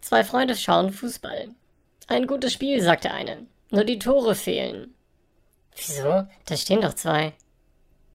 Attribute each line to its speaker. Speaker 1: Zwei Freunde schauen Fußball. Ein gutes Spiel, sagt der eine. Nur die Tore fehlen. Wieso? Da stehen doch zwei.